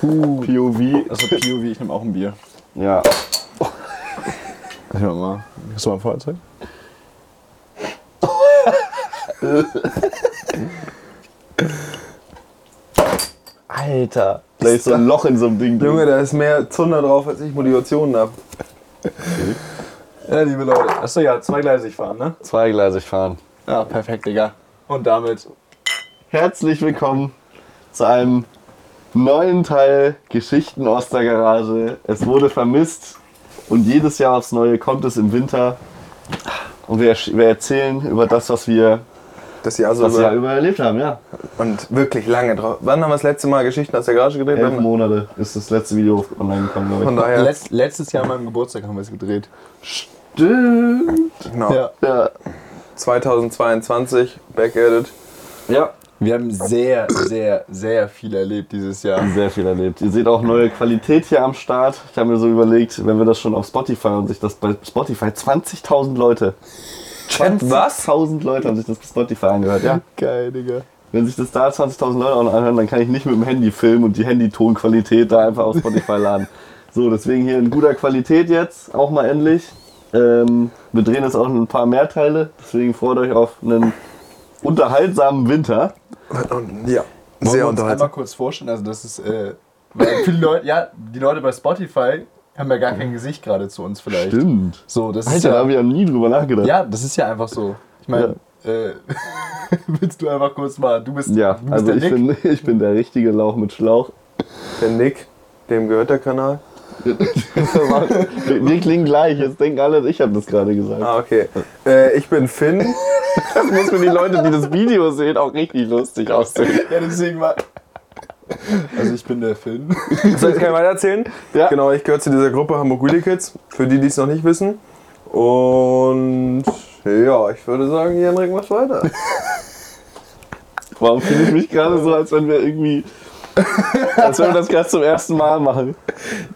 Gut. POV. Also POV, ich nehme auch ein Bier. Ja. Ich nehme mal. Hast du mal ein Feuerzeug? Alter. Da ist so ein Loch in so einem Ding drin. Junge, da ist mehr Zunder drauf, als ich Motivationen habe. Ja, liebe Leute. Achso, ja, zweigleisig fahren, ne? Zweigleisig fahren. Ja, perfekt, Digga. Und damit. Herzlich willkommen zu einem neuen Teil Geschichten aus der Garage. Es wurde vermisst und jedes Jahr aufs Neue kommt es im Winter. Und wir, wir erzählen über das, was wir Das Jahr so das Jahr also über. über erlebt haben. Ja, Und wirklich lange drauf. Wann haben wir das letzte Mal Geschichten aus der Garage gedreht? elf Monate ist das letzte Video online gekommen, Von glaube daher. Letz, letztes Jahr an meinem Geburtstag haben wir es gedreht. ich. Stimmt. Genau. Ja. Ja. 2022, backended. ja, Wir haben sehr, sehr, sehr viel erlebt dieses Jahr. sehr viel erlebt. Ihr seht auch neue Qualität hier am Start. Ich habe mir so überlegt, wenn wir das schon auf Spotify und sich das bei Spotify 20.000 Leute. Was? 20.000 Leute haben sich das bei Spotify angehört, ja. Geil, Digga. Wenn sich das da 20.000 Leute auch noch anhören, dann kann ich nicht mit dem Handy filmen und die Handytonqualität da einfach auf Spotify laden. So, deswegen hier in guter Qualität jetzt, auch mal endlich. Ähm, wir drehen jetzt auch ein paar mehr Teile, deswegen freut euch auf einen unterhaltsamen Winter. Und, ja. Wollen Sehr wir uns einmal unterhaltsam. kurz vorstellen, also das ist, äh, weil viele Leute, ja, die Leute bei Spotify haben ja gar kein Gesicht gerade zu uns vielleicht. Stimmt. So, das ist Alter, da ja, habe ich ja nie drüber nachgedacht. ja, das ist ja einfach so. Ich meine, äh, willst du einfach kurz mal, du bist, Ja, du bist also der ich Nick. bin, ich bin der richtige Lauch mit Schlauch. Der Nick, dem gehört der Kanal. Wir, wir klingen gleich, jetzt denken alle, ich habe das gerade gesagt. Ah, okay. Äh, ich bin Finn. Das muss für die Leute, die das Video sehen, auch richtig lustig aussehen. ja, deswegen mal. Also ich bin der Finn. Soll ich gerne weitererzählen? Ja. Genau, ich gehöre zu dieser Gruppe Hamburg Wheelie Kids, für die, die es noch nicht wissen. Und ja, ich würde sagen, Jendrik macht weiter. Warum fühle ich mich gerade so, als wenn wir irgendwie. Als wenn wir das gerade zum ersten Mal machen.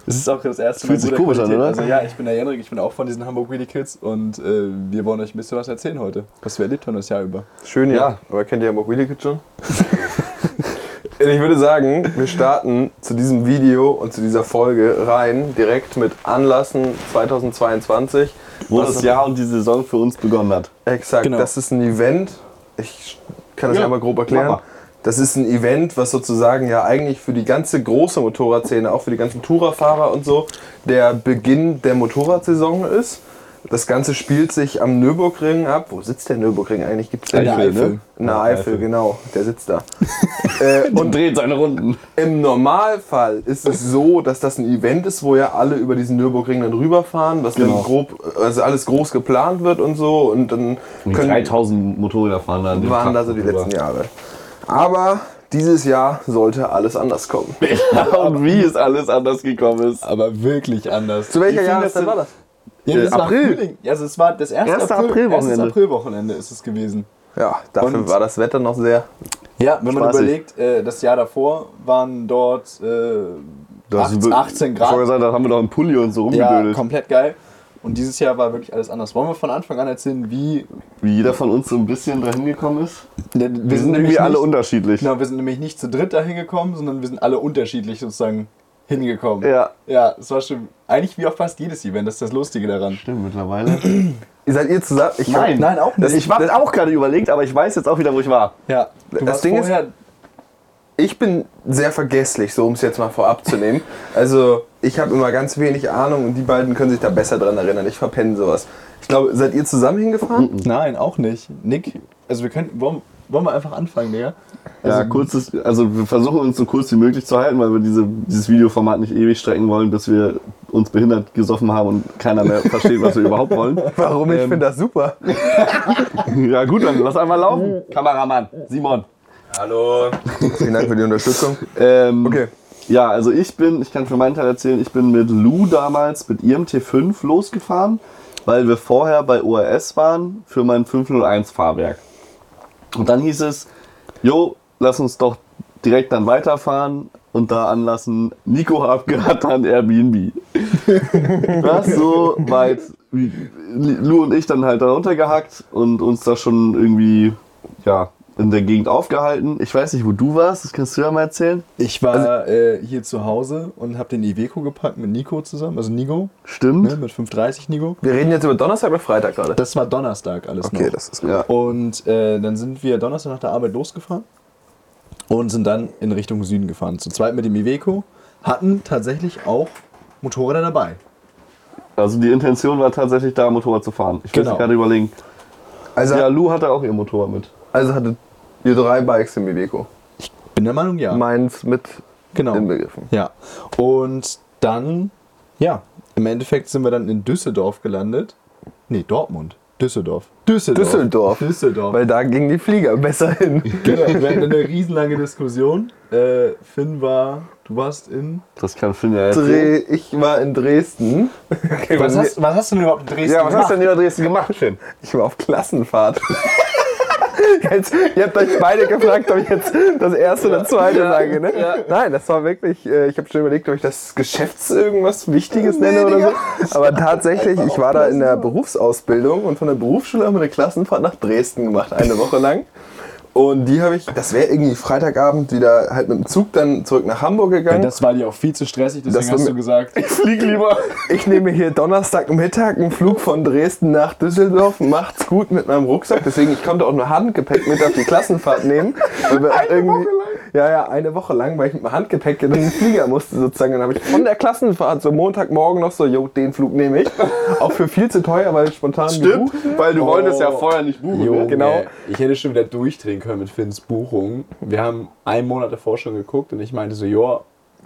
Das ist auch das erste Fühlt sich guter komisch an, Qualität. oder? Also ja, ich bin der Jenrik, ich bin auch von diesen Hamburg Wheelie Kids und äh, wir wollen euch ein bisschen was erzählen heute, was wir erlebt haben das Jahr über. Schön, ja. Ja. Aber kennt ihr Hamburg Wheelie Kids schon? Und ich würde sagen, wir starten zu diesem Video und zu dieser Folge rein, direkt mit Anlassen 2022. Wo Was- das Jahr und die Saison für uns begonnen hat. Exakt, Genau. das ist ein Event. Ich kann das Ja, einmal grob erklären. mach mal. Das ist ein Event, was sozusagen ja eigentlich für die ganze große Motorradszene, auch für die ganzen Tourerfahrer und so, der Beginn der Motorradsaison ist. Das Ganze spielt sich am Nürburgring ab. Wo sitzt der Nürburgring eigentlich? Gibt's den? Eifel, ne? In der Eifel, Eifel. genau. Der sitzt da. äh, und Und dreht seine Runden. im Normalfall ist es so, dass das ein Event ist, wo ja alle über diesen Nürburgring dann rüberfahren, was Genau. dann grob, also alles groß geplant wird und so. Und dann können, 3000 Motorräder fahren dann. waren da so die letzten Jahre. Aber dieses Jahr sollte alles anders kommen. Jahre. Und wie es alles anders gekommen ist. Aber wirklich anders. Zu welcher viel Jahreszeit das war das? Ja, das Äh, war April. Frühling. Ja, Also es war das erste, Erste April, Aprilwochenende. erstes Aprilwochenende ist es gewesen. Ja, dafür Und- war das Wetter noch sehr. Ja, wenn man Spaßig. überlegt, äh, das Jahr davor waren dort äh, Das ist 18, wir- 18 Ich wollte Grad. gesagt, da haben wir doch einen Pulli und so Ja, rumgedödelt. komplett geil. Und dieses Jahr war wirklich alles anders. Wollen wir von Anfang an erzählen, wie. wie jeder von uns so ein bisschen dahin gekommen ist. Denn Wir sind irgendwie alle nicht, unterschiedlich. Genau, wir sind nämlich nicht zu dritt da hingekommen, sondern wir sind alle unterschiedlich sozusagen hingekommen. Ja. Ja, es war schon eigentlich wie auf fast jedes Event, das ist das Lustige daran. Stimmt, mittlerweile. Seid ihr zusammen? Ich hab- Nein. Nein, auch nicht. ich habe auch gerade überlegt, aber ich weiß jetzt auch wieder, wo ich war. ja, du Das warst Ding ist- vorher ich bin sehr vergesslich, so um es jetzt mal vorab zu nehmen. Also ich habe immer ganz wenig Ahnung und die beiden können sich da besser dran erinnern. Ich verpenne sowas. Ich glaube, seid ihr zusammen hingefahren? Nein, auch nicht. Nick, also wir können, wollen, wollen wir einfach anfangen, Digga? Ja, kurzes, also wir versuchen uns so kurz wie möglich zu halten, weil wir diese, dieses Videoformat nicht ewig strecken wollen, bis wir uns behindert gesoffen haben und keiner mehr versteht, was wir überhaupt wollen. Warum? Ich finde das super. Ja gut, dann lass einmal laufen. Kameramann, Simon. Hallo. Vielen Dank für die Unterstützung. Ähm, Okay. Ja, also ich bin, ich kann für meinen Teil erzählen, ich bin mit Lou damals mit ihrem T5 losgefahren, weil wir vorher bei ORS waren für mein 501 Fahrwerk. Und dann hieß es, jo, lass uns doch direkt dann weiterfahren und da anlassen, Nico abgerattern Airbnb. das so weit, wie Lou und ich dann halt da runtergehackt und uns da schon irgendwie, ja, in der Gegend aufgehalten. Ich weiß nicht, wo du warst, das kannst du ja mal erzählen. Ich war Also- äh, hier zu Hause und habe den Iveco gepackt mit Nico zusammen, also Nico, Stimmt. ne, mit 530 Nico. Wir reden jetzt über Donnerstag oder Freitag gerade. Das war Donnerstag alles noch. ist Ja. Und äh, dann sind wir Donnerstag nach der Arbeit losgefahren und sind dann in Richtung Süden gefahren. Zu zweit mit dem Iveco, hatten tatsächlich auch Motorräder dabei. Also die Intention war tatsächlich da, Motorrad zu fahren. Ich muss Genau. gerade überlegen. Also, Ja, Lou hatte auch ihr Motorrad mit. also hatte ihr drei Bikes im Iveco. Bin der Meinung, ja. Meins mit genau. inbegriffen. Ja. Und dann, ja, im Endeffekt sind wir dann in Düsseldorf gelandet. Nee, Dortmund. Düsseldorf. Düsseldorf. Düsseldorf. Düsseldorf. Weil da gingen die Flieger besser hin. genau, wir hatten eine riesenlange Diskussion. Äh, Finn war, du warst in. Das kann Finn ja erzählen. Dreh, ich war in Dresden. Okay, Was hast, was hast du denn überhaupt in Dresden Ja, was hast du gemacht? denn über Dresden gemacht, Finn? Ich war auf Klassenfahrt. Jetzt, ihr habt euch beide gefragt, ob ich jetzt das erste oder zweite sage, ne? Nein, das war wirklich, äh, ich habe schon überlegt, ob ich das Geschäfts irgendwas Wichtiges nenne oder so. Aber tatsächlich, ich war da in der Berufsausbildung und von der Berufsschule haben wir eine Klassenfahrt nach Dresden gemacht, eine Woche lang. Und die habe ich, das wäre irgendwie Freitagabend wieder halt mit dem Zug dann zurück nach Hamburg gegangen. Das war dir auch viel zu stressig, deswegen Das war hast mir- du gesagt. Flieg lieber. Ich nehme hier Donnerstagmittag einen Flug von Dresden nach Düsseldorf. Macht's gut mit meinem Rucksack. Deswegen, ich konnte auch nur Handgepäck mit auf die Klassenfahrt nehmen. Weil wir irgendwie, Ja, ja, eine Woche lang, weil ich mit meinem Handgepäck in den Flieger musste sozusagen. Dann habe ich von der Klassenfahrt so Montagmorgen noch so, jo, den Flug nehme ich. Auch für viel zu teuer, weil spontan gebucht. weil du Oh. wolltest ja vorher nicht buchen. Junge, ne? genau. Ich hätte schon wieder durchdrehen können mit Finns Buchung. Wir haben einen Monat davor schon geguckt und ich meinte so, joa,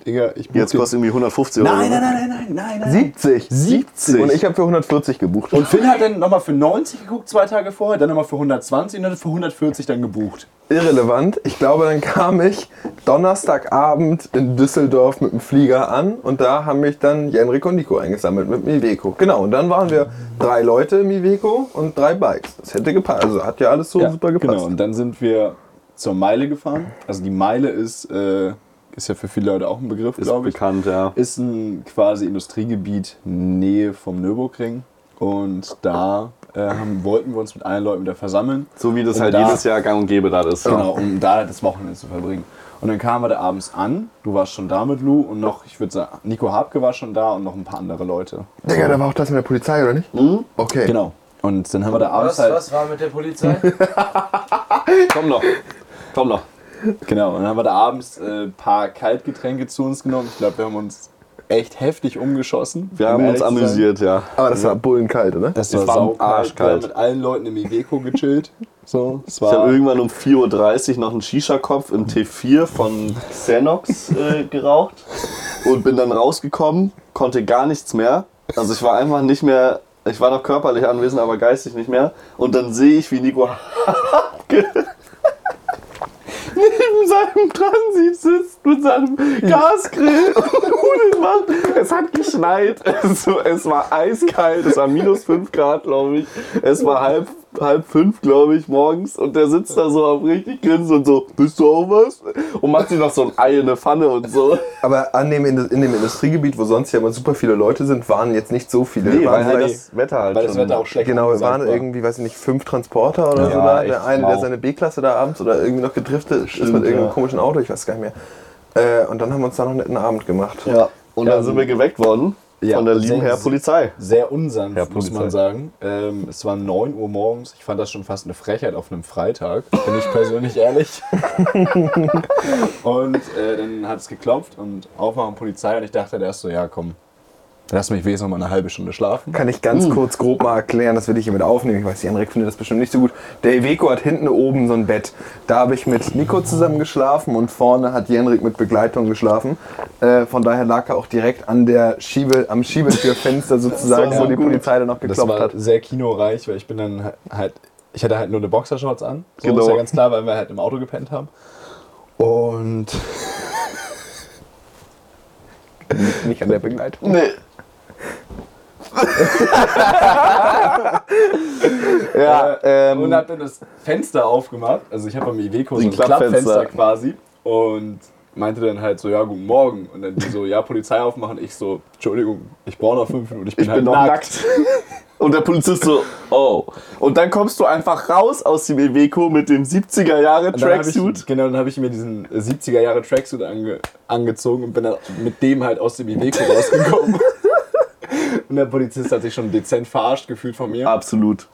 Digga, ich buche Jetzt den- kostet irgendwie 150 Euro. Nein, nein, nein, nein, nein, nein, nein. 70. 70. Und ich habe für 140 gebucht. Und Finn hat dann nochmal für 90 geguckt, zwei Tage vorher, dann nochmal für 120 und dann für 140 dann gebucht. irrelevant. Ich glaube, dann kam ich Donnerstagabend in Düsseldorf mit dem Flieger an und da haben mich dann Jenrico und Nico eingesammelt mit dem Iveco. Genau, und dann waren wir drei Leute im Iveco und drei Bikes. Das hätte gepasst. Also hat ja alles so super gepasst. Genau, und dann sind wir zur Meile gefahren. Also die Meile ist, äh, ist ja für viele Leute auch ein Begriff, Ist glaube ich. bekannt, ja. Ist ein quasi Industriegebiet Nähe vom Nürburgring. Und da äh, haben, wollten wir uns mit allen Leuten wieder versammeln. So wie das Und halt da- jedes Jahr gang und gäbe da ist. Genau, um da das Wochenende zu verbringen. Und dann kamen wir da abends an. Du warst schon da mit Lou und noch, ich würde sagen, Nico Habke war schon da und noch ein paar andere Leute. Digga, da war auch das mit der Polizei, oder nicht? Okay. Genau. Und dann haben wir da abends Was, halt. was war mit der Polizei? Komm noch. Komm noch. Genau, und dann haben wir da abends äh, ein paar Kaltgetränke zu uns genommen. Ich glaube, wir haben uns echt heftig umgeschossen. Wir um haben uns ehrlich zu sein. amüsiert, ja. Aber das war bullenkalt, oder? Das Es war war saukalt. Wir haben arschkalt. mit allen Leuten im Iveco gechillt. So, es Ich habe war irgendwann um 4.30 Uhr noch einen Shisha-Kopf im T4 von Xenox äh, geraucht und bin dann rausgekommen, konnte gar nichts mehr. Also ich war einfach nicht mehr, ich war noch körperlich anwesend, aber geistig nicht mehr. Und dann sehe ich, wie Nico Hartke neben seinem Transit sitzt mit seinem Gasgrill und Nudeln macht. Es hat geschneit, es, es war eiskalt, es war minus 5 Grad, glaube ich. Es war halb, halb fünf, glaube ich, morgens und der sitzt da so auf richtig grinsen und so, bist du auch was? Und macht sich noch so ein Ei in eine Pfanne und so. Aber an dem, Indu- in dem Industriegebiet, wo sonst ja immer super viele Leute sind, waren jetzt nicht so viele. Waren vielleicht- Wetter halt weil das Wetter auch schlecht Genau, wir angesagt waren irgendwie, weiß ich nicht, fünf Transporter oder Ja, so da. echt Der eine, mau. der seine B-Klasse da abends oder irgendwie noch gedriftet ist mit Stimmt, irgendeinem ja. komischen Auto, ich weiß gar nicht mehr. Äh, und dann haben wir uns da noch einen netten Abend gemacht. Ja, und dann Ja. sind wir geweckt worden Ja. von der lieben Herr Sehr- Polizei. sehr unsanft, Ja, muss Polizei. man sagen. Ähm, es war 9 Uhr morgens. Ich fand das schon fast eine Frechheit auf einem Freitag, bin ich persönlich ehrlich. und äh, dann hat es geklopft und Aufmachen Polizei. Und ich dachte halt erst so, ja komm, lass mich wenigstens noch mal eine halbe Stunde schlafen. Kann ich Hm. ganz kurz grob mal erklären, das will ich hier mit aufnehmen. Ich weiß, Henrik findet das bestimmt nicht so gut. Der Iveco hat hinten oben so ein Bett. Da habe ich mit Nico zusammen geschlafen und vorne hat Henrik mit Begleitung geschlafen. Äh, von daher lag er auch direkt an der Schiebe, am Schiebetürfenster sozusagen, Das war wo so die gut. Polizei dann noch Das geklopft war hat. sehr kinoreich, weil ich bin dann halt, ich hatte halt nur eine Boxershorts an. So Genau. ist ja ganz klar, weil wir halt im Auto gepennt haben. Und Nicht an der Begleitung. Nee. Ja, ähm, und hab dann das Fenster aufgemacht. Also ich habe beim Iveco so Ein ein Klappfenster Klappfenster. quasi. Und meinte dann halt so, ja, guten Morgen. Und dann die so, ja, Polizei aufmachen. Ich so, Entschuldigung, ich brauche noch fünf Minuten, ich bin Ich halt bin noch nackt. nackt. Und der Polizist so, oh. Und dann kommst du einfach raus aus dem Iveco mit dem 70er Jahre Und dann hab ich- Tracksuit. Genau, dann habe ich mir diesen 70er Jahre Tracksuit ange, angezogen und bin dann mit dem halt aus dem Iveco rausgekommen. und der Polizist hat sich schon dezent verarscht gefühlt von mir. Absolut.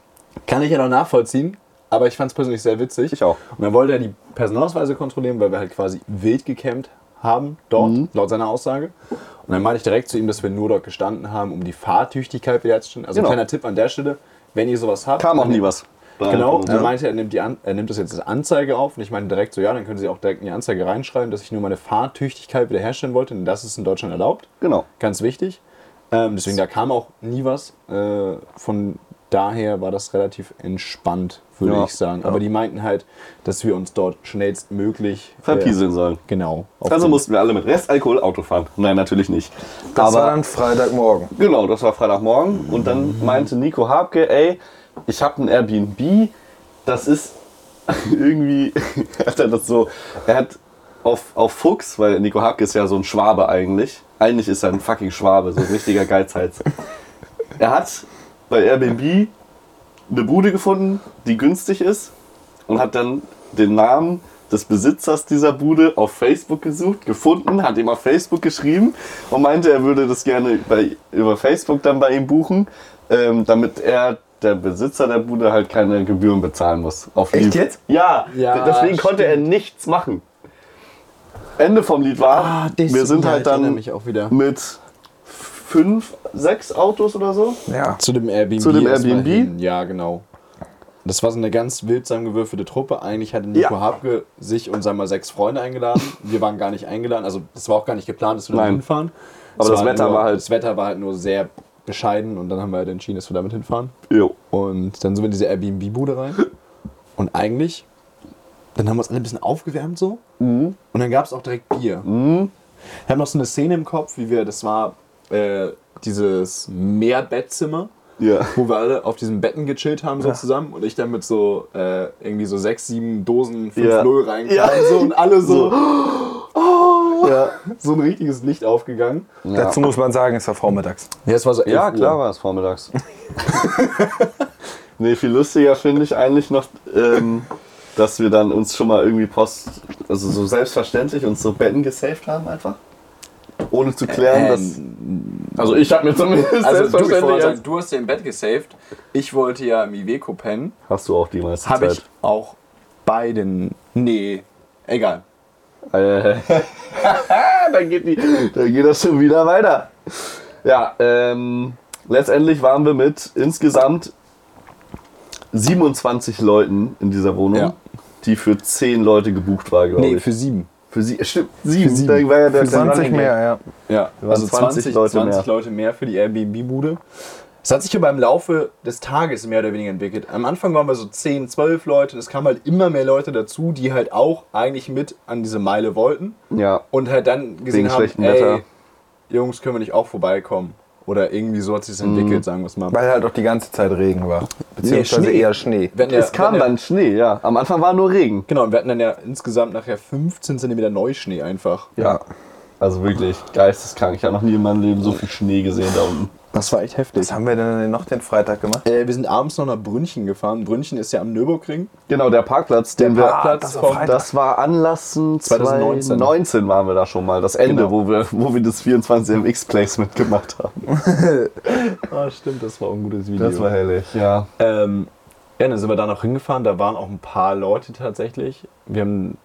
Kann ich ja noch nachvollziehen, aber ich fand es persönlich sehr witzig. Ich auch. Und dann wollte er die Personalausweise kontrollieren, weil wir halt quasi wild gecampt haben dort, Mhm. laut seiner Aussage. Und dann meinte ich direkt zu ihm, dass wir nur dort gestanden haben, um die Fahrtüchtigkeit wiederherzustellen. Also Genau. kleiner Tipp an der Stelle, wenn ihr sowas habt. Kam auch dann- nie was. Also Genau, Ja. er meinte, er nimmt, die an, er nimmt das jetzt als Anzeige auf und ich meine direkt so, ja, dann können Sie auch direkt in die Anzeige reinschreiben, dass ich nur meine Fahrtüchtigkeit wiederherstellen wollte, denn das ist in Deutschland erlaubt. Genau. Ganz wichtig. Ähm, deswegen, da kam auch nie was. Äh, von daher war das relativ entspannt, würde Ja, ich sagen. Aber die meinten halt, dass wir uns dort schnellstmöglich... äh, Verpieseln sollen. Genau. auf Also den- mussten wir alle mit Restalkohol Auto fahren. Nein, natürlich nicht. Das Aber war dann Freitagmorgen. Genau, das war Freitagmorgen und dann meinte Nico Habke, ey, ich habe ein Airbnb, das ist irgendwie, hat er das so, er hat auf, auf Fuchs, weil Nico Habke ist ja so ein Schwabe eigentlich, eigentlich ist er ein fucking Schwabe, so ein richtiger Geizhals. Er hat bei Airbnb eine Bude gefunden, die günstig ist und hat dann den Namen des Besitzers dieser Bude auf Facebook gesucht, gefunden, hat ihm auf Facebook geschrieben und meinte, er würde das gerne bei, über Facebook dann bei ihm buchen, ähm, damit er der Besitzer der Bude halt keine Gebühren bezahlen muss. Auf Echt Lied. jetzt? Ja, Ja, d- deswegen konnte er nichts machen. Ende vom Lied war, Ah, das- wir sind ja, halt ich erinnere dann mich auch wieder. mit fünf, sechs Autos oder so Ja. Zu dem Airbnb. Zu dem erstmal Airbnb? Hin. Ja, genau. Das war so eine ganz wild zusammengewürfelte Truppe. Eigentlich hatte Nico Ja. Habke sich und sagen wir mal sechs Freunde eingeladen. Wir waren gar nicht eingeladen. Also das war auch gar nicht geplant, dass wir da Nein. hinfahren. Aber Es das Wetter nur, war halt- Das Wetter war halt nur sehr bescheiden und dann haben wir halt entschieden, dass wir damit hinfahren. Jo. Und dann sind wir in diese Airbnb-Bude rein. Und eigentlich, dann haben wir uns alle ein bisschen aufgewärmt so. Mhm. Und dann gab es auch direkt Bier. Ich habe noch so eine Szene im Kopf, wie wir, das war äh, dieses Mehrbettzimmer Ja. wo wir alle auf diesen Betten gechillt haben so zusammen und ich dann mit so äh, irgendwie so sechs, sieben Dosen 5-0 Ja. reinkam Ja. so und alle so, Oh. Ja, so ein richtiges Licht aufgegangen. Dazu muss man sagen, es war vormittags. Ja, es war so 11 Ja, klar Uhr. war es vormittags. nee, viel lustiger finde ich eigentlich noch, ähm, dass wir dann uns schon mal irgendwie Post, also so selbstverständlich uns so Betten gesaved haben einfach. Ohne zu klären, dass. Also ich habe mir zumindest Ähm, Also du, ich wollte selbstverständlich. sagen, du hast dir im Bett gesaved. Ich wollte ja im Iveco pennen. hast du auch die meiste Habe ich Zeit. auch bei den... Nee, egal. Äh, da, geht die, da geht das schon wieder weiter. Ja, ähm, letztendlich waren wir mit insgesamt 27 Leuten in dieser Wohnung, Ja. die für 10 Leute gebucht war, glaube Nee, ich. für sieben. Für sie, äh, stimmt, sieben. sieben. Da war ja der Für 20 Running mehr, ja. Ja, waren also 20 20, 20, Leute Leute, 20 mehr. Leute mehr für die Airbnb-Bude. Es hat sich aber im Laufe des Tages mehr oder weniger entwickelt. Am Anfang waren wir so 10, 12 Leute und es kamen halt immer mehr Leute dazu, die halt auch eigentlich mit an diese Meile wollten Gag. Ja. und halt dann gesehen Wegen haben, schlechtem Wetter. ey, Jungs, können wir nicht auch vorbeikommen? Oder irgendwie so hat sich Mhm. entwickelt, sagen wir es mal. Weil halt auch die ganze Zeit Regen war. Beziehungsweise Schnee. eher Schnee. Wir hatten ja- Es kam wir hatten ja- dann Schnee, ja. Am Anfang war nur Regen. Genau, und wir hatten dann ja insgesamt nachher 15 cm Neuschnee einfach. Ja. Also wirklich geisteskrank. Ich habe noch nie in meinem Leben so viel Schnee gesehen da unten. Das war echt heftig. Was haben wir denn noch den Freitag gemacht? Äh, wir sind abends noch nach Brünchen gefahren. Brünchen ist ja am Nürburgring. Genau, der Parkplatz, den wir Parkplatz das war vom Freitag. Das war anlassen 2019. 2019. waren wir da schon mal. Das Ende, Genau. wo, wir, wo wir das 24MX-Place mitgemacht haben. Ah, stimmt, das war ein gutes Video. Das war herrlich, ja. Ähm, ja, dann sind wir da noch hingefahren. Da waren auch ein paar Leute tatsächlich. Wir haben,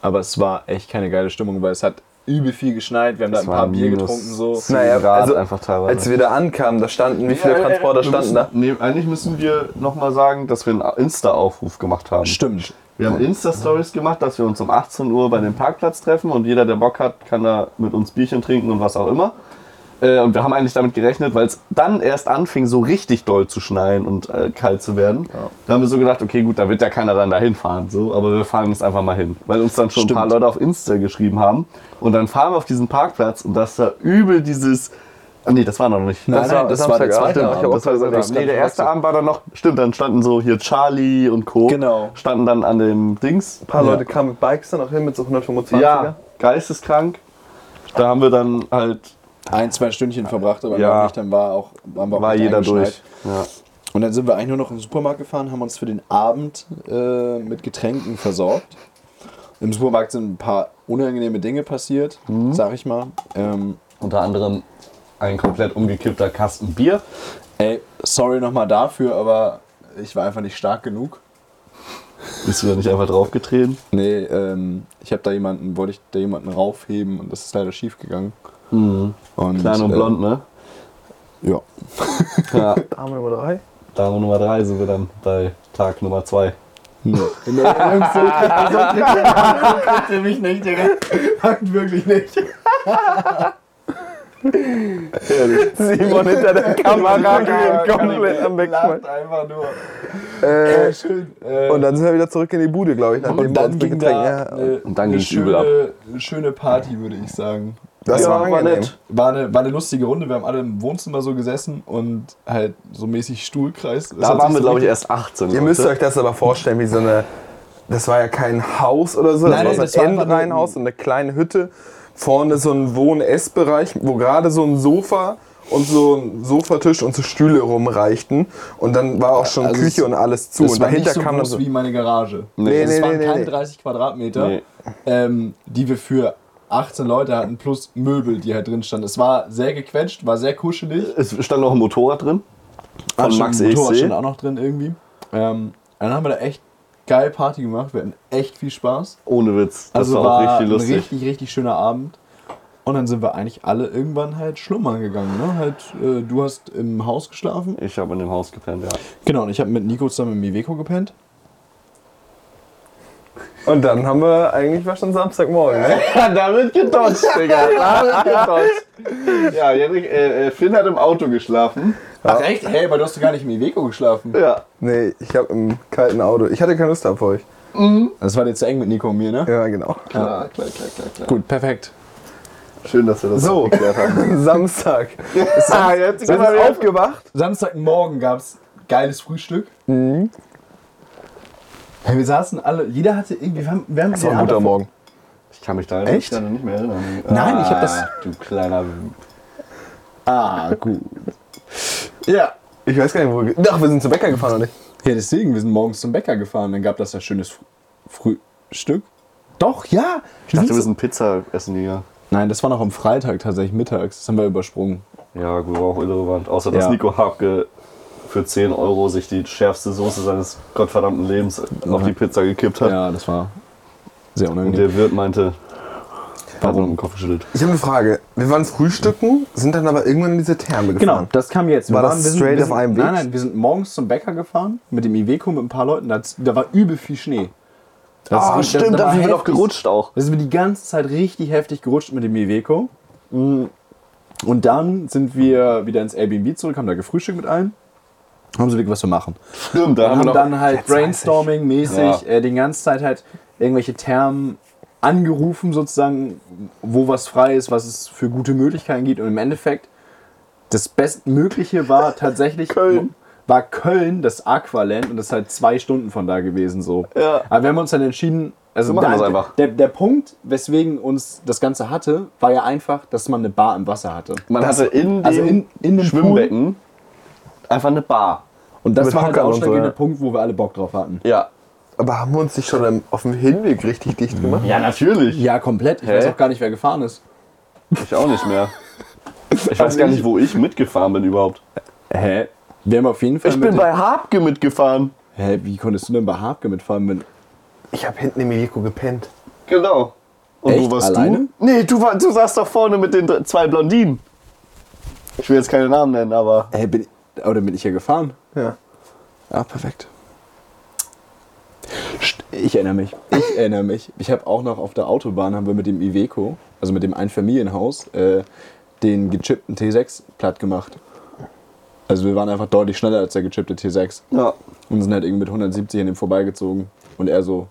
aber es war echt keine geile Stimmung, weil es hat übel viel geschneit. Wir haben da ein paar Bier getrunken so. Naja, Naja, Grad also, einfach teilweise. Als wir da ankamen, da standen, wie viele Ja, Transporter Äh, wir standen müssen, da? Nee, eigentlich müssen wir nochmal sagen, dass wir einen Insta-Aufruf gemacht haben. Stimmt. Wir haben Insta-Stories gemacht, dass wir uns um 18 Uhr bei dem Parkplatz treffen und jeder, der Bock hat, kann da mit uns Bierchen trinken und was auch immer. Äh, Und wir haben eigentlich damit gerechnet, weil es dann erst anfing, so richtig doll zu schneien und äh, kalt zu werden. Da haben wir so gedacht, okay, gut, da wird ja keiner dann dahin fahren, so, aber wir fahren jetzt einfach mal hin. Weil uns dann schon ein paar Leute auf Insta geschrieben haben. Und dann fahren wir auf diesen Parkplatz und das da übel dieses. Ah, nee, das war noch nicht. Nein, war- das war der zweite Stimmt, Abend. ich hab auch Das war gerade der gesagt, nee, der erste erste Abend war dann noch. Stimmt, dann standen so hier Charlie und Co. Genau. Standen dann an dem Dings. Ein paar Leute kamen mit Bikes dann auch hin mit so 125er. Ja, geisteskrank. Da haben wir dann halt ein, zwei Stündchen verbracht, aber Ja. noch nicht, dann war auch waren wir auch War nicht jeder eingeschneit. durch. Ja. Und dann sind wir eigentlich nur noch in den Supermarkt gefahren, haben uns für den Abend äh, mit Getränken versorgt. Im Supermarkt sind ein paar unangenehme Dinge passiert, sag ich mal. Ähm, Unter anderem ein komplett umgekippter Kasten Bier. ey, sorry nochmal dafür, aber ich war einfach nicht stark genug. Bist du da nicht einfach draufgetreten? Nee, ähm, ich habe da jemanden, wollte ich da jemanden raufheben und das ist leider schief gegangen. Und, Klein und blond, ne? Äh, ja. Ja. Arme Nummer 3. Dame Nummer 3 sind wir dann bei Tag Nummer 2. mich nicht, Digga. Hackt wirklich nicht. Simon hinter der Kamera komplett am Wegschmeißen. Einfach nur. Äh, Schön. Äh, und dann sind wir wieder zurück in die Bude, glaube ich, nachdem und wir dann uns ging getränkt da haben. Ja. eine, Und dann eine ging's übel ab. schöne, schöne Party, würde ich sagen. Das Ja, war war angenehm. nett. War eine, war eine lustige Runde. Wir haben alle im Wohnzimmer so gesessen und halt so mäßig Stuhlkreis. Das Da hat waren wir, sich so glaube ich, ne? erst richtig- 18. Ihr Leute. müsst euch das aber vorstellen, wie so eine. Das war ja kein Haus oder so, das Nein, war nein, so ein das war einfach nur ein- Endreihenhaus, so eine kleine Hütte. Vorne so ein Wohn-Essbereich, wo gerade so ein Sofa und so ein Sofatisch und so Stühle rumreichten. Und dann war auch schon Also es- Küche und alles zu. Das Und war dahinter nicht so kam dann groß so. wie meine Garage. Nee, es nee, waren nee, keine nee. 30 Quadratmeter, Nee. ähm, die wir für 18 Leute hatten, plus Möbel, die halt drin standen. Es war sehr gequetscht, war sehr kuschelig. Es stand noch ein Motorrad drin. Ah, Von stimmt, Max E Motorrad EXC. stand auch noch drin irgendwie. Ähm, dann haben wir da echt geil Party gemacht. Wir hatten echt viel Spaß. Ohne Witz. Das Also war, war, auch richtig ein lustig. richtig, richtig schöner Abend. Und dann sind wir eigentlich alle irgendwann halt schlummern gegangen. Ne? Halt, äh, du hast im Haus geschlafen. Ich habe in dem Haus gepennt, ja. Genau, und ich habe mit Nico zusammen im Miveco gepennt. Und dann haben wir eigentlich war schon Samstagmorgen. Ne? da wird gedodged, Digga. Da wird gedodged. Ja, Jendrik, äh, äh, Finn hat im Auto geschlafen. Ach echt? Hey, aber du hast doch gar nicht im Miveco geschlafen. Ja. Nee, ich habe im kalten Auto. Ich hatte keine Lust auf euch. Das war dir zu eng mit Nico und mir, ne? Ja, genau. Klar, klar, klar, klar, klar. Gut, perfekt. Schön, dass wir das So. geklärt haben. Samstag. ah, jetzt Sind wir aufgewacht? Samstagmorgen gab es geiles Frühstück. Mhm. Hey, wir saßen alle, jeder hatte irgendwie, wir haben, wir haben Das war ein guter Morgen. Ich kann mich da Ich Echt? kann mich nicht mehr erinnern. Ah, Nein, ich hab das- Du kleiner. Ah, gut. Ja. Ich weiß gar nicht, wo wir. Ach, wir sind zum Bäcker gefahren, oder nicht? Ja, deswegen, wir sind morgens zum Bäcker gefahren, dann gab das ja schönes Fr- Frühstück. Doch, ja. Ich dachte, wir sind- sind Pizza essen hier. Nein, das war noch am Freitag tatsächlich mittags. Das haben wir übersprungen. Ja, gut, war auch irrelevant. Außer, dass Ja. Nico Hapke für 10 Euro sich die schärfste Soße seines gottverdammten Lebens auf die Pizza gekippt hat. Ja, das war sehr Und unangenehm. der Wirt meinte, warum den Kopf geschüttelt. Ich habe eine Frage. Wir waren frühstücken, sind dann aber irgendwann in diese Therme Genau, gefahren. das kam jetzt. Wir War das waren- wir sind- straight wir sind, auf einem Nein, Weg? nein, wir sind morgens zum Bäcker gefahren mit dem Iveco mit ein paar Leuten. Da, da war übel viel Schnee. Das Ah, war- stimmt, da war sind wir noch heftig. gerutscht auch. Da sind wir die ganze Zeit richtig heftig gerutscht mit dem Iveco. Und dann sind wir wieder ins Airbnb zurück, haben da gefrühstückt mit allen. Haben so was wir machen. Stimmt, da Wir haben noch- dann halt Jetzt weiß ich. brainstorming-mäßig Ja. äh, die ganze Zeit halt irgendwelche Termen angerufen, sozusagen, wo was frei ist, was es für gute Möglichkeiten gibt. Und im Endeffekt, das Bestmögliche war tatsächlich. Köln. War Köln das Aqualand und das ist halt zwei Stunden von da gewesen so. Ja. Aber wir haben uns dann entschieden, also Wir machen da- das einfach. Der, der Punkt, weswegen uns das Ganze hatte, war ja einfach, dass man eine Bar im Wasser hatte. Man hatte in dem also in- in dem Schwimmbecken einfach eine Bar. Und das Mit war halt Hocker der und so, ausschlaggebende ja. Punkt, wo wir alle Bock drauf hatten. Ja. Aber haben wir uns nicht schon am- auf dem Hinweg richtig dicht gemacht? Ja, natürlich. Ja, komplett. Ich weiß auch gar nicht, wer gefahren ist. Ich auch nicht mehr. Also Ich weiß gar nicht, wo ich mitgefahren bin überhaupt. Also Hä? Wir haben auf jeden Fall. Ich bin mit- bei Habke mitgefahren. Hä, wie konntest du denn bei Harpke mitfahren? Wenn, Ich habe hinten im Medico gepennt. Genau. Und Echt? Alleine? du? Nee, du, war, du saßt doch vorne mit den dr- zwei Blondinen. Ich will jetzt keine Namen nennen, aber. hä, bin, oder bin ich ja gefahren? Ja. Ja, perfekt. St- Ich erinnere mich. Ich erinnere mich. Ich habe auch noch auf der Autobahn haben wir mit dem Iveco, also mit dem Einfamilienhaus, äh, den gechippten T6 platt gemacht. Also wir waren einfach deutlich schneller als der gechippte T6 Ja. und sind halt irgendwie mit 170 an dem vorbeigezogen und er so.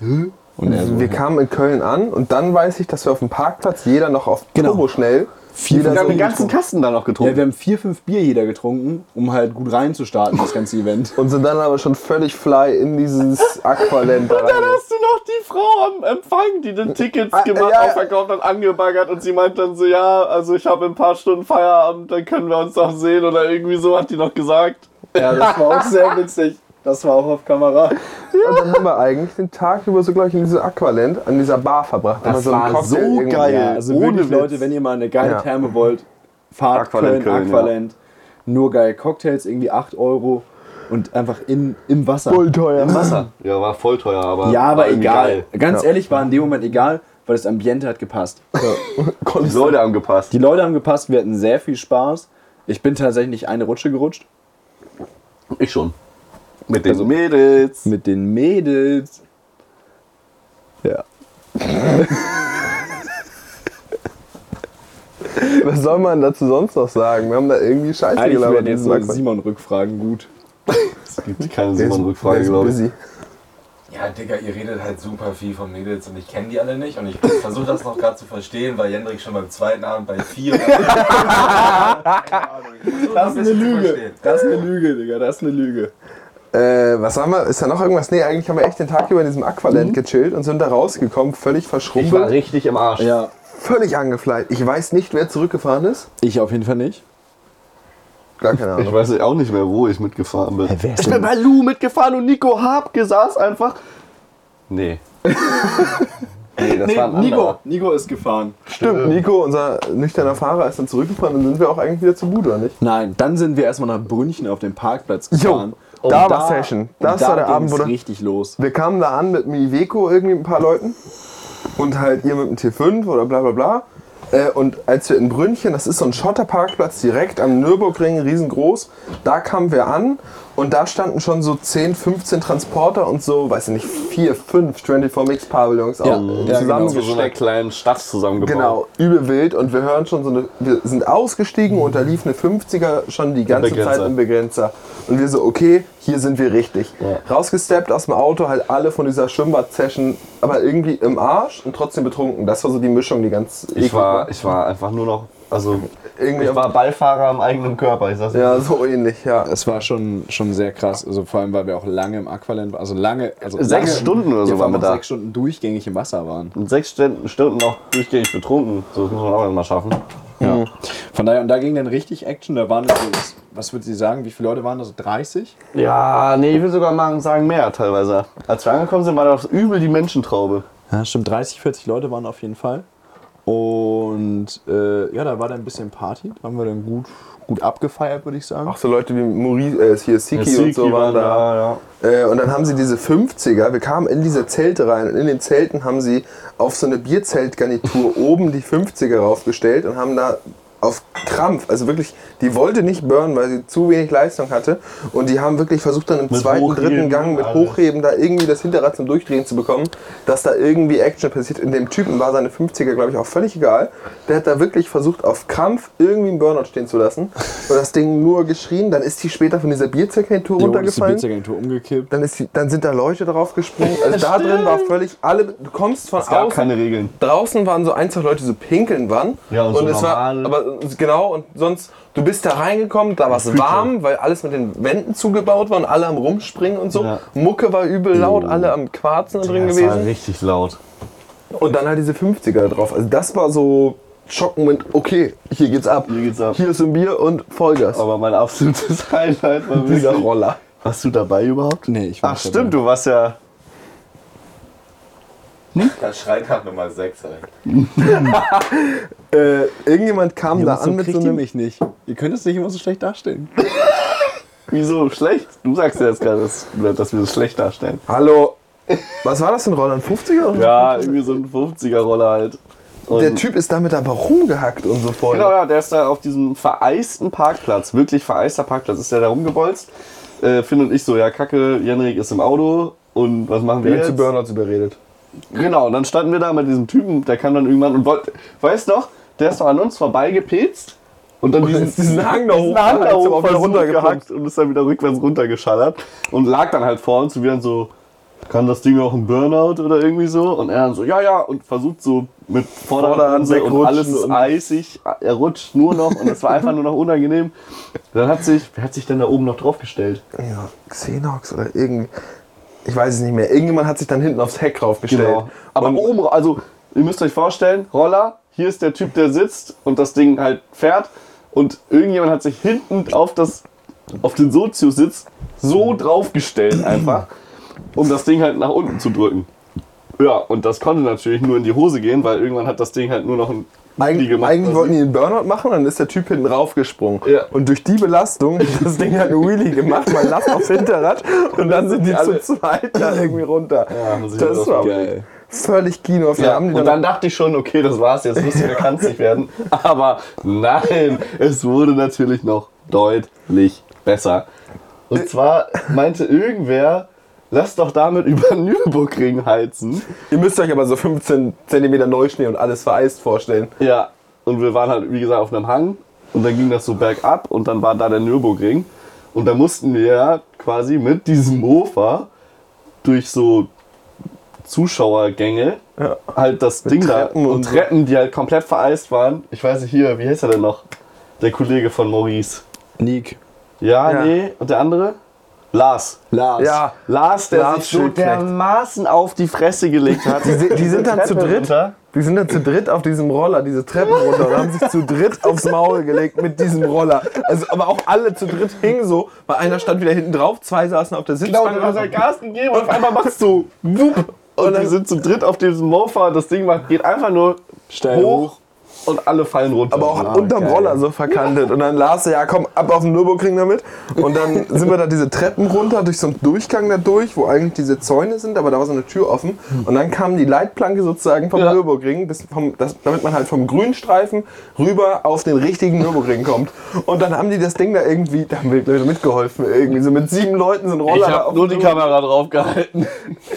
Und er so. Also Wir kamen in Köln an und dann weiß ich, dass wir auf dem Parkplatz jeder noch auf Genau. Turbo schnell. Vier, jeder fünf Wir haben so den ganzen Kasten da noch Ja, getrunken. wir haben vier, fünf Bier jeder getrunken, um halt gut reinzustarten, das ganze Event. und sind dann aber schon völlig fly in dieses Aqualand. rein. hast du noch die Frau vom Empfang, die den Tickets Ah, gemacht, ja. auch verkauft hat, angebaggert und sie meint dann so, ja, also ich habe in ein paar Stunden Feierabend, dann können wir uns noch sehen oder irgendwie so, hat die noch gesagt. Ja, das war auch sehr witzig. Das war auch auf Kamera. Und dann haben wir eigentlich den Tag über so gleich in diesem Aqualand, an dieser Bar verbracht. Das so einen war so irgendwie- geil. Ja. Also Ohne wirklich, Witz. Leute, wenn ihr mal eine geile Ja. Therme wollt, fahrt Aqualand, Köln, Köln, ja. Aqualand. Nur geil. Cocktails, irgendwie 8 Euro und einfach in, im Wasser. Voll teuer. Wasser. Ja, war voll teuer, aber. Ja, aber egal. Ganz Ja. ehrlich, war in dem Moment egal, weil das Ambiente hat gepasst. Die Leute haben gepasst. Die Leute haben gepasst, wir hatten sehr viel Spaß. Ich bin tatsächlich nicht eine Rutsche gerutscht. Ich schon. Mit den Mädels. Mit den Mädels. Ja. Was soll man dazu sonst noch sagen? Wir haben da irgendwie Scheiße Eigentlich gelabert. werden in jetzt diesem nur Aqualand. Simon-Rückfragen gut. Es gibt keine Der ist- der Simon-Rückfrage, ist glaube ich. busy. Ja, Digga, ihr redet halt super viel von Mädels und ich kenne die alle nicht und ich versuche das noch gerade zu verstehen, weil Jendrik schon beim zweiten Abend bei vier. Keine Ahnung. Ich versuch Das ist eine ein bisschen zu Lüge. verstehen. Das ist eine Lüge, Digga. Das ist eine Lüge. Äh, was haben wir? Ist da noch irgendwas? Nee, eigentlich haben wir echt den Tag über in diesem Aqualand gechillt und sind da rausgekommen, völlig Ich war verschrumpelt, richtig im Arsch. Ja. völlig angefleit. Ich weiß nicht, wer zurückgefahren ist. Ich auf jeden Fall nicht. Gar keine Ich Ahnung. weiß auch nicht mehr, wo ich mitgefahren bin. wer ist ich bin denn- bei Lou mitgefahren und Nico Habke saß einfach. Nee. nee, das war ein Nico, anderer. Nico ist gefahren. Stimmt, Nico, unser nüchterner Fahrer, ist dann zurückgefahren und sind wir auch eigentlich wieder zu Bude, oder nicht? Nein, dann sind wir erstmal nach Brünchen auf den Parkplatz gefahren. da Und war Session. Das und da war der Abend, ging's wo du- richtig los. Wir kamen da an mit einem Iveco irgendwie mit ein paar Leuten und halt ihr mit dem T5 oder bla bla bla. Äh, Und als wir in Brünnchen, das ist so ein Schotterparkplatz direkt am Nürburgring, riesengroß, da kamen wir an und da standen schon so 10, 15 Transporter und so, weiß ich nicht, 4, 5 24-Mix-Pavillons Ja, genau. ja, Zusammen zu so einer zusammengesteckt. kleinen Stadt zusammengebaut. Genau, übel wild und wir hören schon so eine, wir sind ausgestiegen und da lief eine 50er schon die ganze Begrenzer. Zeit im Begrenzer. Und wir so, okay, hier sind wir richtig. Ja. Rausgesteppt aus dem Auto, halt alle von dieser Schwimmbad-Session, aber irgendwie im Arsch und trotzdem betrunken. Das war so die Mischung, die ganz Ich eklig war, ich war einfach nur noch. Also, Irgendwie ich war Ballfahrer am eigenen Körper. Ich saß Ja, so ähnlich, ja. Es war schon, schon sehr krass, also vor allem, weil wir auch lange im Aqualand waren, also lange, also Sechs lange, Stunden oder so ja, vor allem waren wir auch da. sechs Stunden durchgängig im Wasser waren. in sechs Stunden, Stunden noch durchgängig betrunken. So, das muss man auch mal schaffen. Ja. Von daher, und da ging dann richtig Action, da waren, es so, was würde sie sagen, wie viele Leute waren das, 30? Ja, nee, ich will sogar mal sagen, mehr teilweise. Als wir angekommen sind, war das übel die Menschentraube. Ja, stimmt, 30, 40 Leute waren auf jeden Fall. Und äh, ja, da war dann ein bisschen Party, da haben wir dann gut, gut abgefeiert, würde ich sagen. Auch so Leute wie Maurice, äh, hier Siki, und so waren da. ja. Äh, und dann haben sie diese 50er, wir kamen in diese Zelte rein und in den Zelten haben sie auf so eine Bierzeltgarnitur oben die 50er raufgestellt und haben da auf Krampf, also wirklich, die wollte nicht burnen, weil sie zu wenig Leistung hatte und die haben wirklich versucht dann im zweiten, Hochheben, dritten Gang mit alles. Hochheben da irgendwie das Hinterrad zum Durchdrehen zu bekommen, dass da irgendwie Action passiert. In dem Typen war seine 50er, glaube ich, auch völlig egal. Der hat da wirklich versucht, auf Krampf irgendwie einen Burnout stehen zu lassen und das Ding nur geschrien, dann ist die später von dieser Bierzeltgarnitur Jo, ist die runtergefallen Pizzagentur umgekippt. dann, ist die, dann sind da Leute drauf gesprungen. Also da drin war völlig alle. Du kommst von Es gab außen. keine Regeln. Draußen waren so ein, zwei Leute, die so pinkeln waren. Ja, und so es war, normal. aber genau, und sonst, du bist da reingekommen, da war es warm, weil alles mit den Wänden zugebaut war und alle am Rumspringen und so. Ja. Mucke war übel laut, alle am Quarzen da drin Ja, es war gewesen. richtig laut. Und dann halt diese 50er drauf. Also das war so schockend mit, okay, hier geht's ab. Hier geht's ab. Hier ist ein Bier und Vollgas. Aber mein absolutes Highlight war dieser wirklich... Roller. Warst du dabei überhaupt? Nee, ich war Ach nicht stimmt, du warst ja... Das schreit nach Nummer 6, Alter. Äh, irgendjemand kam da Jungs, so an mit so kriegt ihr einem mich nicht. Ihr könnt es nicht immer so schlecht darstellen. Wieso schlecht? Du sagst ja jetzt gerade, dass, dass wir das schlecht darstellen. Hallo. Was war das denn, Roland? 50er? oder? Ja, irgendwie so ein 50er-Roller halt. Und Der Typ ist damit aber rumgehackt und so voll. Genau, ja, der ist da auf diesem vereisten Parkplatz, wirklich vereister Parkplatz, ist der da rumgebolzt. Äh, Finn und ich so, ja kacke, Jenrik ist im Auto und was machen wir Wir haben jetzt? zu Burnouts überredet. Genau, und dann standen wir da mit diesem Typen, der kam dann irgendwann und wollte, weißt noch, der ist doch an uns vorbeigepilzt und dann diesen, ist diesen Hang da hoch- Hang da hat's aber hoch wieder versucht runtergepumpt. gehackt und ist dann wieder rückwärts runtergeschallert und lag dann halt vor uns und wir dann so, kann das Ding auch ein Burnout oder irgendwie so? Und er dann so, ja, ja, und versucht so mit Vorderhand Vorderhand und alles wegrutschen ist und- eisig, er rutscht nur noch und es war einfach nur noch unangenehm. Dann hat sich, wer hat sich denn da oben noch draufgestellt? Ja, Xenox oder irgendwie. ich weiß es nicht mehr, irgendjemand hat sich dann hinten aufs Heck raufgestellt. Genau. Aber Und- oben, also ihr müsst euch vorstellen, Roller, hier ist der Typ, der sitzt und das Ding halt fährt und irgendjemand hat sich hinten auf das auf den Sozius-Sitz so draufgestellt einfach, um das Ding halt nach unten zu drücken. Ja, und das konnte natürlich nur in die Hose gehen, weil irgendwann hat das Ding halt nur noch ein Eig die gemacht, eigentlich was wollten die einen Burnout machen, dann ist der Typ hinten raufgesprungen. Ja. Und durch die Belastung hat das Ding hat einen Wheelie gemacht, man Last aufs Hinterrad und dann sind die zu alle- zweit da irgendwie runter. muss ich das das war Geil. völlig Kino. Da Ja, haben die und dann dann dachte ich schon, okay, das war's, jetzt muss wieder kanzig werden. Aber nein, es wurde natürlich noch deutlich besser. Und zwar meinte irgendwer, lass doch damit über den Nürburgring heizen. ihr müsst euch aber so 15 cm Neuschnee und alles vereist vorstellen. Ja, und wir waren halt, wie gesagt, auf einem Hang. Und dann ging das so bergab und dann war da der Nürburgring. Und da mussten wir ja quasi mit diesem Mofa durch so Zuschauergänge Ja. halt das Ding Treppen da und und so. Treppen, die halt komplett vereist waren. Ich weiß nicht hier, wie heißt er denn noch? Der Kollege von Maurice. Nick. Ja, Ja. nee. Und der andere? Lars. Lars. Ja, Lars, der Lars sich so Schildknecht. dermaßen auf die Fresse gelegt hat. Die, sind- die sind dann zu Treppe dritt. runter. Die sind dann zu dritt auf diesem Roller, diese Treppen runter und haben sich zu dritt aufs Maul gelegt mit diesem Roller. Also, aber auch alle zu dritt hingen so, weil einer stand wieder hinten drauf, zwei saßen auf der Genau, Sitzbank. dann hast du halt Gas gegeben und auf einmal machst du wupp. Und dann- wir sind zu dritt auf diesem Mofa. Das Ding macht, geht einfach nur Steil hoch und alle fallen runter. aber auch unterm Roller so verkantet. Und dann las er, ja komm, ab auf den Nürburgring damit. Und dann sind wir da diese Treppen runter, durch so einen Durchgang da durch, wo eigentlich diese Zäune sind, aber da war so eine Tür offen. Und dann kam die Leitplanke sozusagen vom Ja. Nürburgring, bis vom, das, damit man halt vom Grünstreifen rüber auf den richtigen Nürburgring kommt. Und dann haben die das Ding da irgendwie, da haben wir Leute mitgeholfen, irgendwie so mit sieben Leuten so ein Roller Ich da hab auf nur den die Kamera drauf gehalten.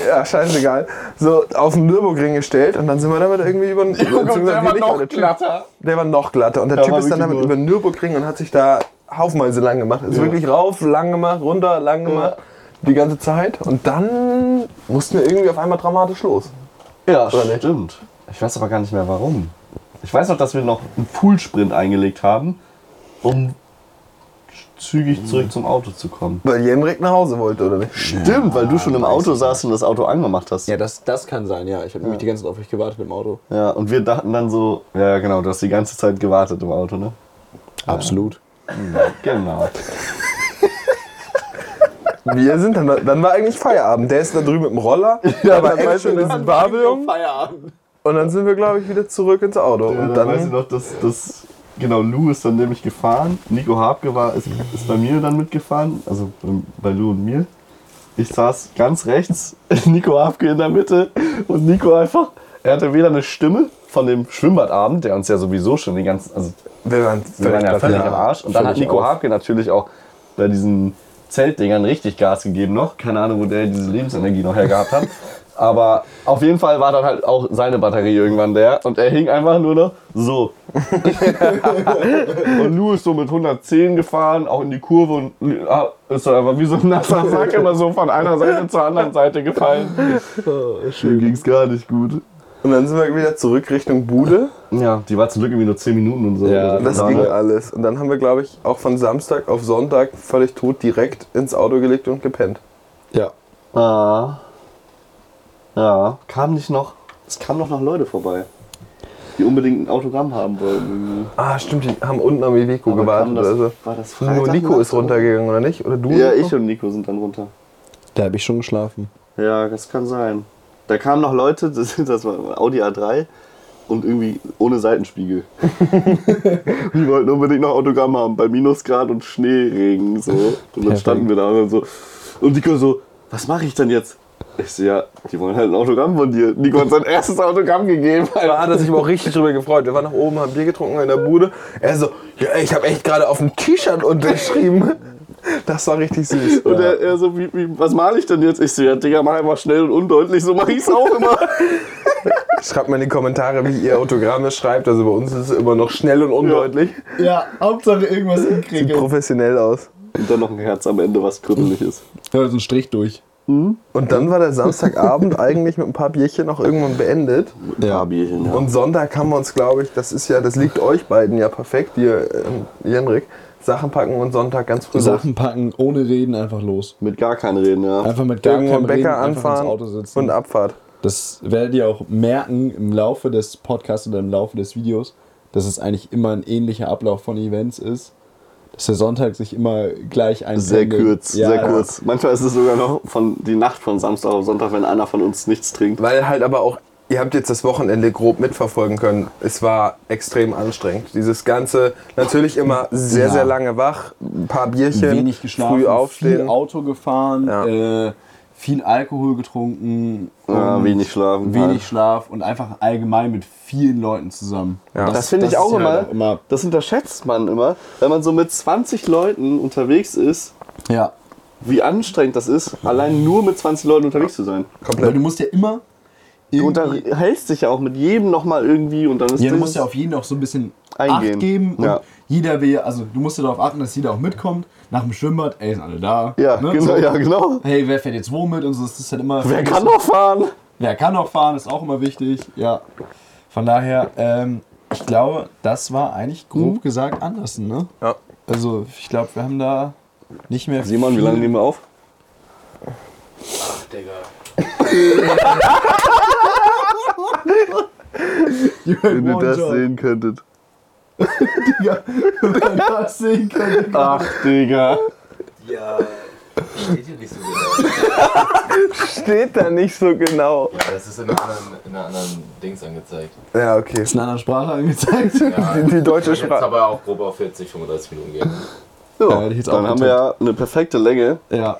ja, scheißegal, so auf den Nürburgring gestellt und dann sind wir damit irgendwie über den beziehungsweise nicht, aber der Typ- Der war noch glatter und der Der Typ war ist dann damit wirklich über den Nürburgring und hat sich da haufenweise lang gemacht. Ist wirklich rauf, lang gemacht, runter, lang gemacht. Die ganze Zeit und dann mussten wir irgendwie auf einmal dramatisch los. Ja, stimmt. Ich weiß aber gar nicht mehr warum. Ich weiß noch, dass wir noch einen Poolsprint eingelegt haben, um zügig Mhm. zurück zum Auto zu kommen. Weil Jendrik nach Hause wollte, oder nicht? Stimmt, weil du schon im Auto saßt und das Auto angemacht hast. Ja, das, das kann sein, ja. Ich habe nämlich die ganze Zeit auf euch gewartet im Auto. Ja, und wir dachten dann so, ja genau, du hast die ganze Zeit gewartet im Auto, ne? Absolut. Genau. Wir sind dann, dann war eigentlich Feierabend. Der ist da drüben mit dem Roller, ja, aber Action in diesem Babylon Feierabend. und dann sind wir, glaube ich, wieder zurück ins Auto. Ja, und Äh, dann weiß ich dann, noch, dass, dass genau Lou ist dann nämlich gefahren. Nico Habke war, ist, ist bei mir dann mitgefahren, also bei- bei Lou und mir. Ich saß ganz rechts, Nico Habke in der Mitte und Nico einfach, er hatte weder eine Stimme von dem Schwimmbadabend, der uns ja sowieso schon den ganzen, also wir waren wir waren ja platt. völlig am Arsch. Und dann hat Völlig Nico auf. Habke natürlich auch bei diesen Zeltdingern richtig Gas gegeben noch. Keine Ahnung, wo der diese Lebensenergie noch hergehabt hat. Aber auf jeden Fall war dann halt auch seine Batterie irgendwann der. Und er hing einfach nur noch so. und Lou ist so mit 110 gefahren, auch in die Kurve. Und ah, ist dann einfach wie so ein nasser Sack immer so von einer Seite zur anderen Seite gefallen. Oh, Schön ging's gar nicht gut. Und dann sind wir wieder zurück Richtung Bude. Ja, die war zum Glück irgendwie nur 10 Minuten und so. Ja, Oder so. Das ging alles. Und dann haben wir, glaube ich, auch von Samstag auf Sonntag völlig tot direkt ins Auto gelegt und gepennt. Ja. Ah. Ja. Kam nicht noch. Es kamen doch noch Leute vorbei. Die unbedingt ein Autogramm haben wollten. Ah, stimmt, die haben unten am Iveco Aber kam gewartet. das- also. war das Freitag Nur Nico Nacht ist runtergegangen, oder nicht? Oder du? Ja, Nico? ich und Nico sind dann runter. Da habe ich schon geschlafen. Ja, das kann sein. Da kamen noch Leute, das, das war Audi A3 und irgendwie ohne Seitenspiegel. die wollten unbedingt noch Autogramm haben bei Minusgrad und Schneeregen so. Und dann standen wir da und dann so und Nico so, was mache ich denn jetzt? Ich so, ja, die wollen halt ein Autogramm von dir. Nico hat sein erstes Autogramm gegeben. Ah, Da hat er sich aber auch richtig drüber gefreut. Wir waren nach oben, haben Bier getrunken in der Bude. Er so, ja, ich habe echt gerade auf dem T-Shirt unterschrieben. Das war richtig süß. Und er, er so, wie, wie, was male ich denn jetzt? Ich so, ja, Digga, mach einfach schnell und undeutlich, so mache ich es auch immer. Schreibt mal in die Kommentare, wie ihr Autogramme schreibt. Also bei uns ist es immer noch schnell und undeutlich. Ja, Hauptsache irgendwas Sieht hinkriegen. professionell aus. Und dann noch ein Herz am Ende, was kribbelig ist. Da ist ein Strich durch. Und dann war der Samstagabend eigentlich mit ein paar Bierchen auch irgendwann beendet. Ja, Bierchen, ja. Und Sonntag haben wir uns, glaube ich, das ist ja, das liegt euch beiden ja perfekt, ihr ähm, äh, Jenrik. Sachen packen und Sonntag ganz früh Sachen packen, ohne reden, einfach los. Mit gar keinen Reden, ja. Einfach mit los. gar Irgendwo am keinem Reden, Bäcker einfach ins anfahren Auto sitzen. und Abfahrt. Das werdet ihr auch merken im Laufe des Podcasts oder im Laufe des Videos, dass es eigentlich immer ein ähnlicher Ablauf von Events ist. Dass der Sonntag sich immer gleich einpendelt. Sehr kurz, Ja, sehr ja. kurz. Manchmal ist es sogar noch von die Nacht von Samstag auf Sonntag, wenn einer von uns nichts trinkt. Weil halt aber auch, ihr habt jetzt das Wochenende grob mitverfolgen können. Es war extrem anstrengend. Dieses Ganze, natürlich immer sehr, Ja. sehr lange wach, ein paar Bierchen, Wenig geschlafen, früh viel aufstehen. Auto gefahren, Ja. äh, viel Alkohol getrunken, Ja, und wenig schlafen. wenig halt. Schlaf und einfach allgemein mit vielen Leuten zusammen. Ja. Und Das finde ich ist auch, ja immer, halt auch immer. Das unterschätzt man immer, wenn man so mit 20 Leuten unterwegs ist, Ja. wie anstrengend das ist, allein nur mit 20 Leuten unterwegs zu sein. Weil du musst ja immer. Du irgendwie- unterhältst dich ja auch mit jedem nochmal irgendwie und dann ist Ja, du das- musst ja auf jeden auch so ein bisschen Eingehen. Acht geben. Und Ja. jeder will, also du musst ja darauf achten, dass jeder auch mitkommt. Nach dem Schwimmbad, ey, sind alle da. Ja, Ne? genau, So, ja, genau. Hey, wer fährt jetzt wo mit? Und so, das ist halt immer. Wer kann noch fahren? Wer kann noch fahren, ist auch immer wichtig. Ja. Von daher, ähm, ich glaube, das war eigentlich grob Hm. gesagt Andersen, ne? Ja. Also, ich glaube, wir haben da nicht mehr. Simon, wie lange nehmen wir auf? könntet. Wenn Wenn ihr das sehen könnt. Ach, Digga. Ja, steht hier nicht so genau. Steht da nicht so genau. Ja, das ist in einer anderen, in einer anderen Dings angezeigt. Ja, okay. Ist in einer Sprache angezeigt. Ja, Die, die deutsche jetzt Sprache. aber auch grob auf 40, 35 Minuten gehen. So, Ja, hätte ich jetzt auch dann haben wir ja eine perfekte Länge. Ja.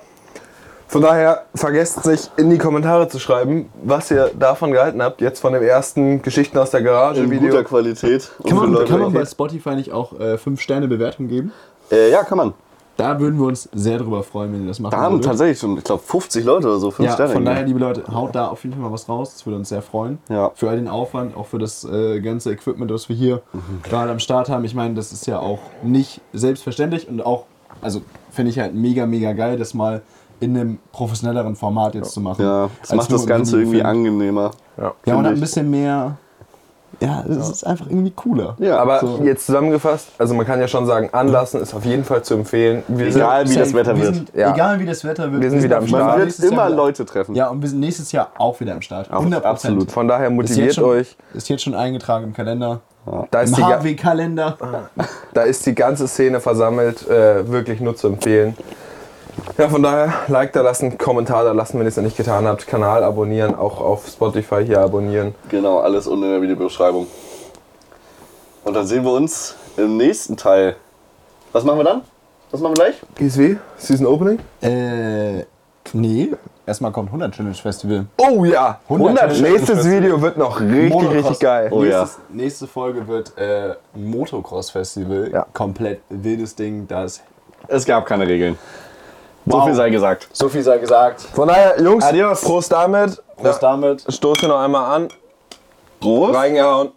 Von daher vergesst nicht in die Kommentare zu schreiben, was ihr davon gehalten habt, jetzt von dem ersten Geschichten aus der Garage In Video. guter Qualität. Und Kann für man, Leute- kann man bei Spotify nicht auch äh, 5-Sterne-Bewertung geben? äh, ja, kann man. Da würden wir uns sehr drüber freuen, wenn ihr das machen Da haben würdet. tatsächlich schon, ich glaube, 50 Leute oder so fünf ja, Sterne. von daher, gegeben. liebe Leute, haut da auf jeden Fall mal was raus. Das würde uns sehr freuen. Ja. Für all den Aufwand, auch für das äh, ganze Equipment, was wir hier Mhm. gerade am Start haben. Ich meine, das ist ja auch nicht selbstverständlich und auch, also finde ich halt mega, mega geil, das mal in einem professionelleren Format jetzt zu machen. Ja, das Als macht nur das im Ganze irgendwie Handyfilm. angenehmer. Ja. Ja, und finde hat ein ich. bisschen mehr. Ja, es ist einfach irgendwie cooler. Ja, Aber so. jetzt zusammengefasst, also man kann ja schon sagen, anlassen ist auf jeden Fall zu empfehlen. Wir sind, Egal wie das Wetter wir wird. Sind, Ja. Egal wie das Wetter wird. Wir sind wieder am auf jeden Start. Fall man wird nächstes Jahr immer wieder- Leute treffen. Ja, und wir sind nächstes Jahr auch wieder am Start. 100%. absolut. von daher Ist jetzt motiviert schon, euch. Ist jetzt schon eingetragen im Kalender. Da ist, Ah. Im die, ga- HW-Kalender. da ist die ganze Szene versammelt, äh, wirklich nur zu empfehlen. Ja, von daher, Like da lassen, Kommentar da lassen, wenn ihr es noch nicht getan habt, Kanal abonnieren, auch auf Spotify hier abonnieren. Genau, alles unten in der Videobeschreibung. Und dann sehen wir uns im nächsten Teil. Was machen wir dann? Was machen wir gleich? GSW, Season Opening? Äh, nee. Erstmal kommt 100 Challenge Festival. Oh ja! 100. 100. Nächstes Video wird noch richtig, richtig Motocross. geil. Oh ja. Nächstes, Nächste Folge wird äh, Motocross Festival. Ja. Komplett wildes Ding. Da ist Es gab keine Regeln. So Wow. viel sei gesagt. so viel sei gesagt. Von daher, Jungs, Adios. Prost damit. Bis damit. Stoß hier noch einmal an. Prost. Reingehauen.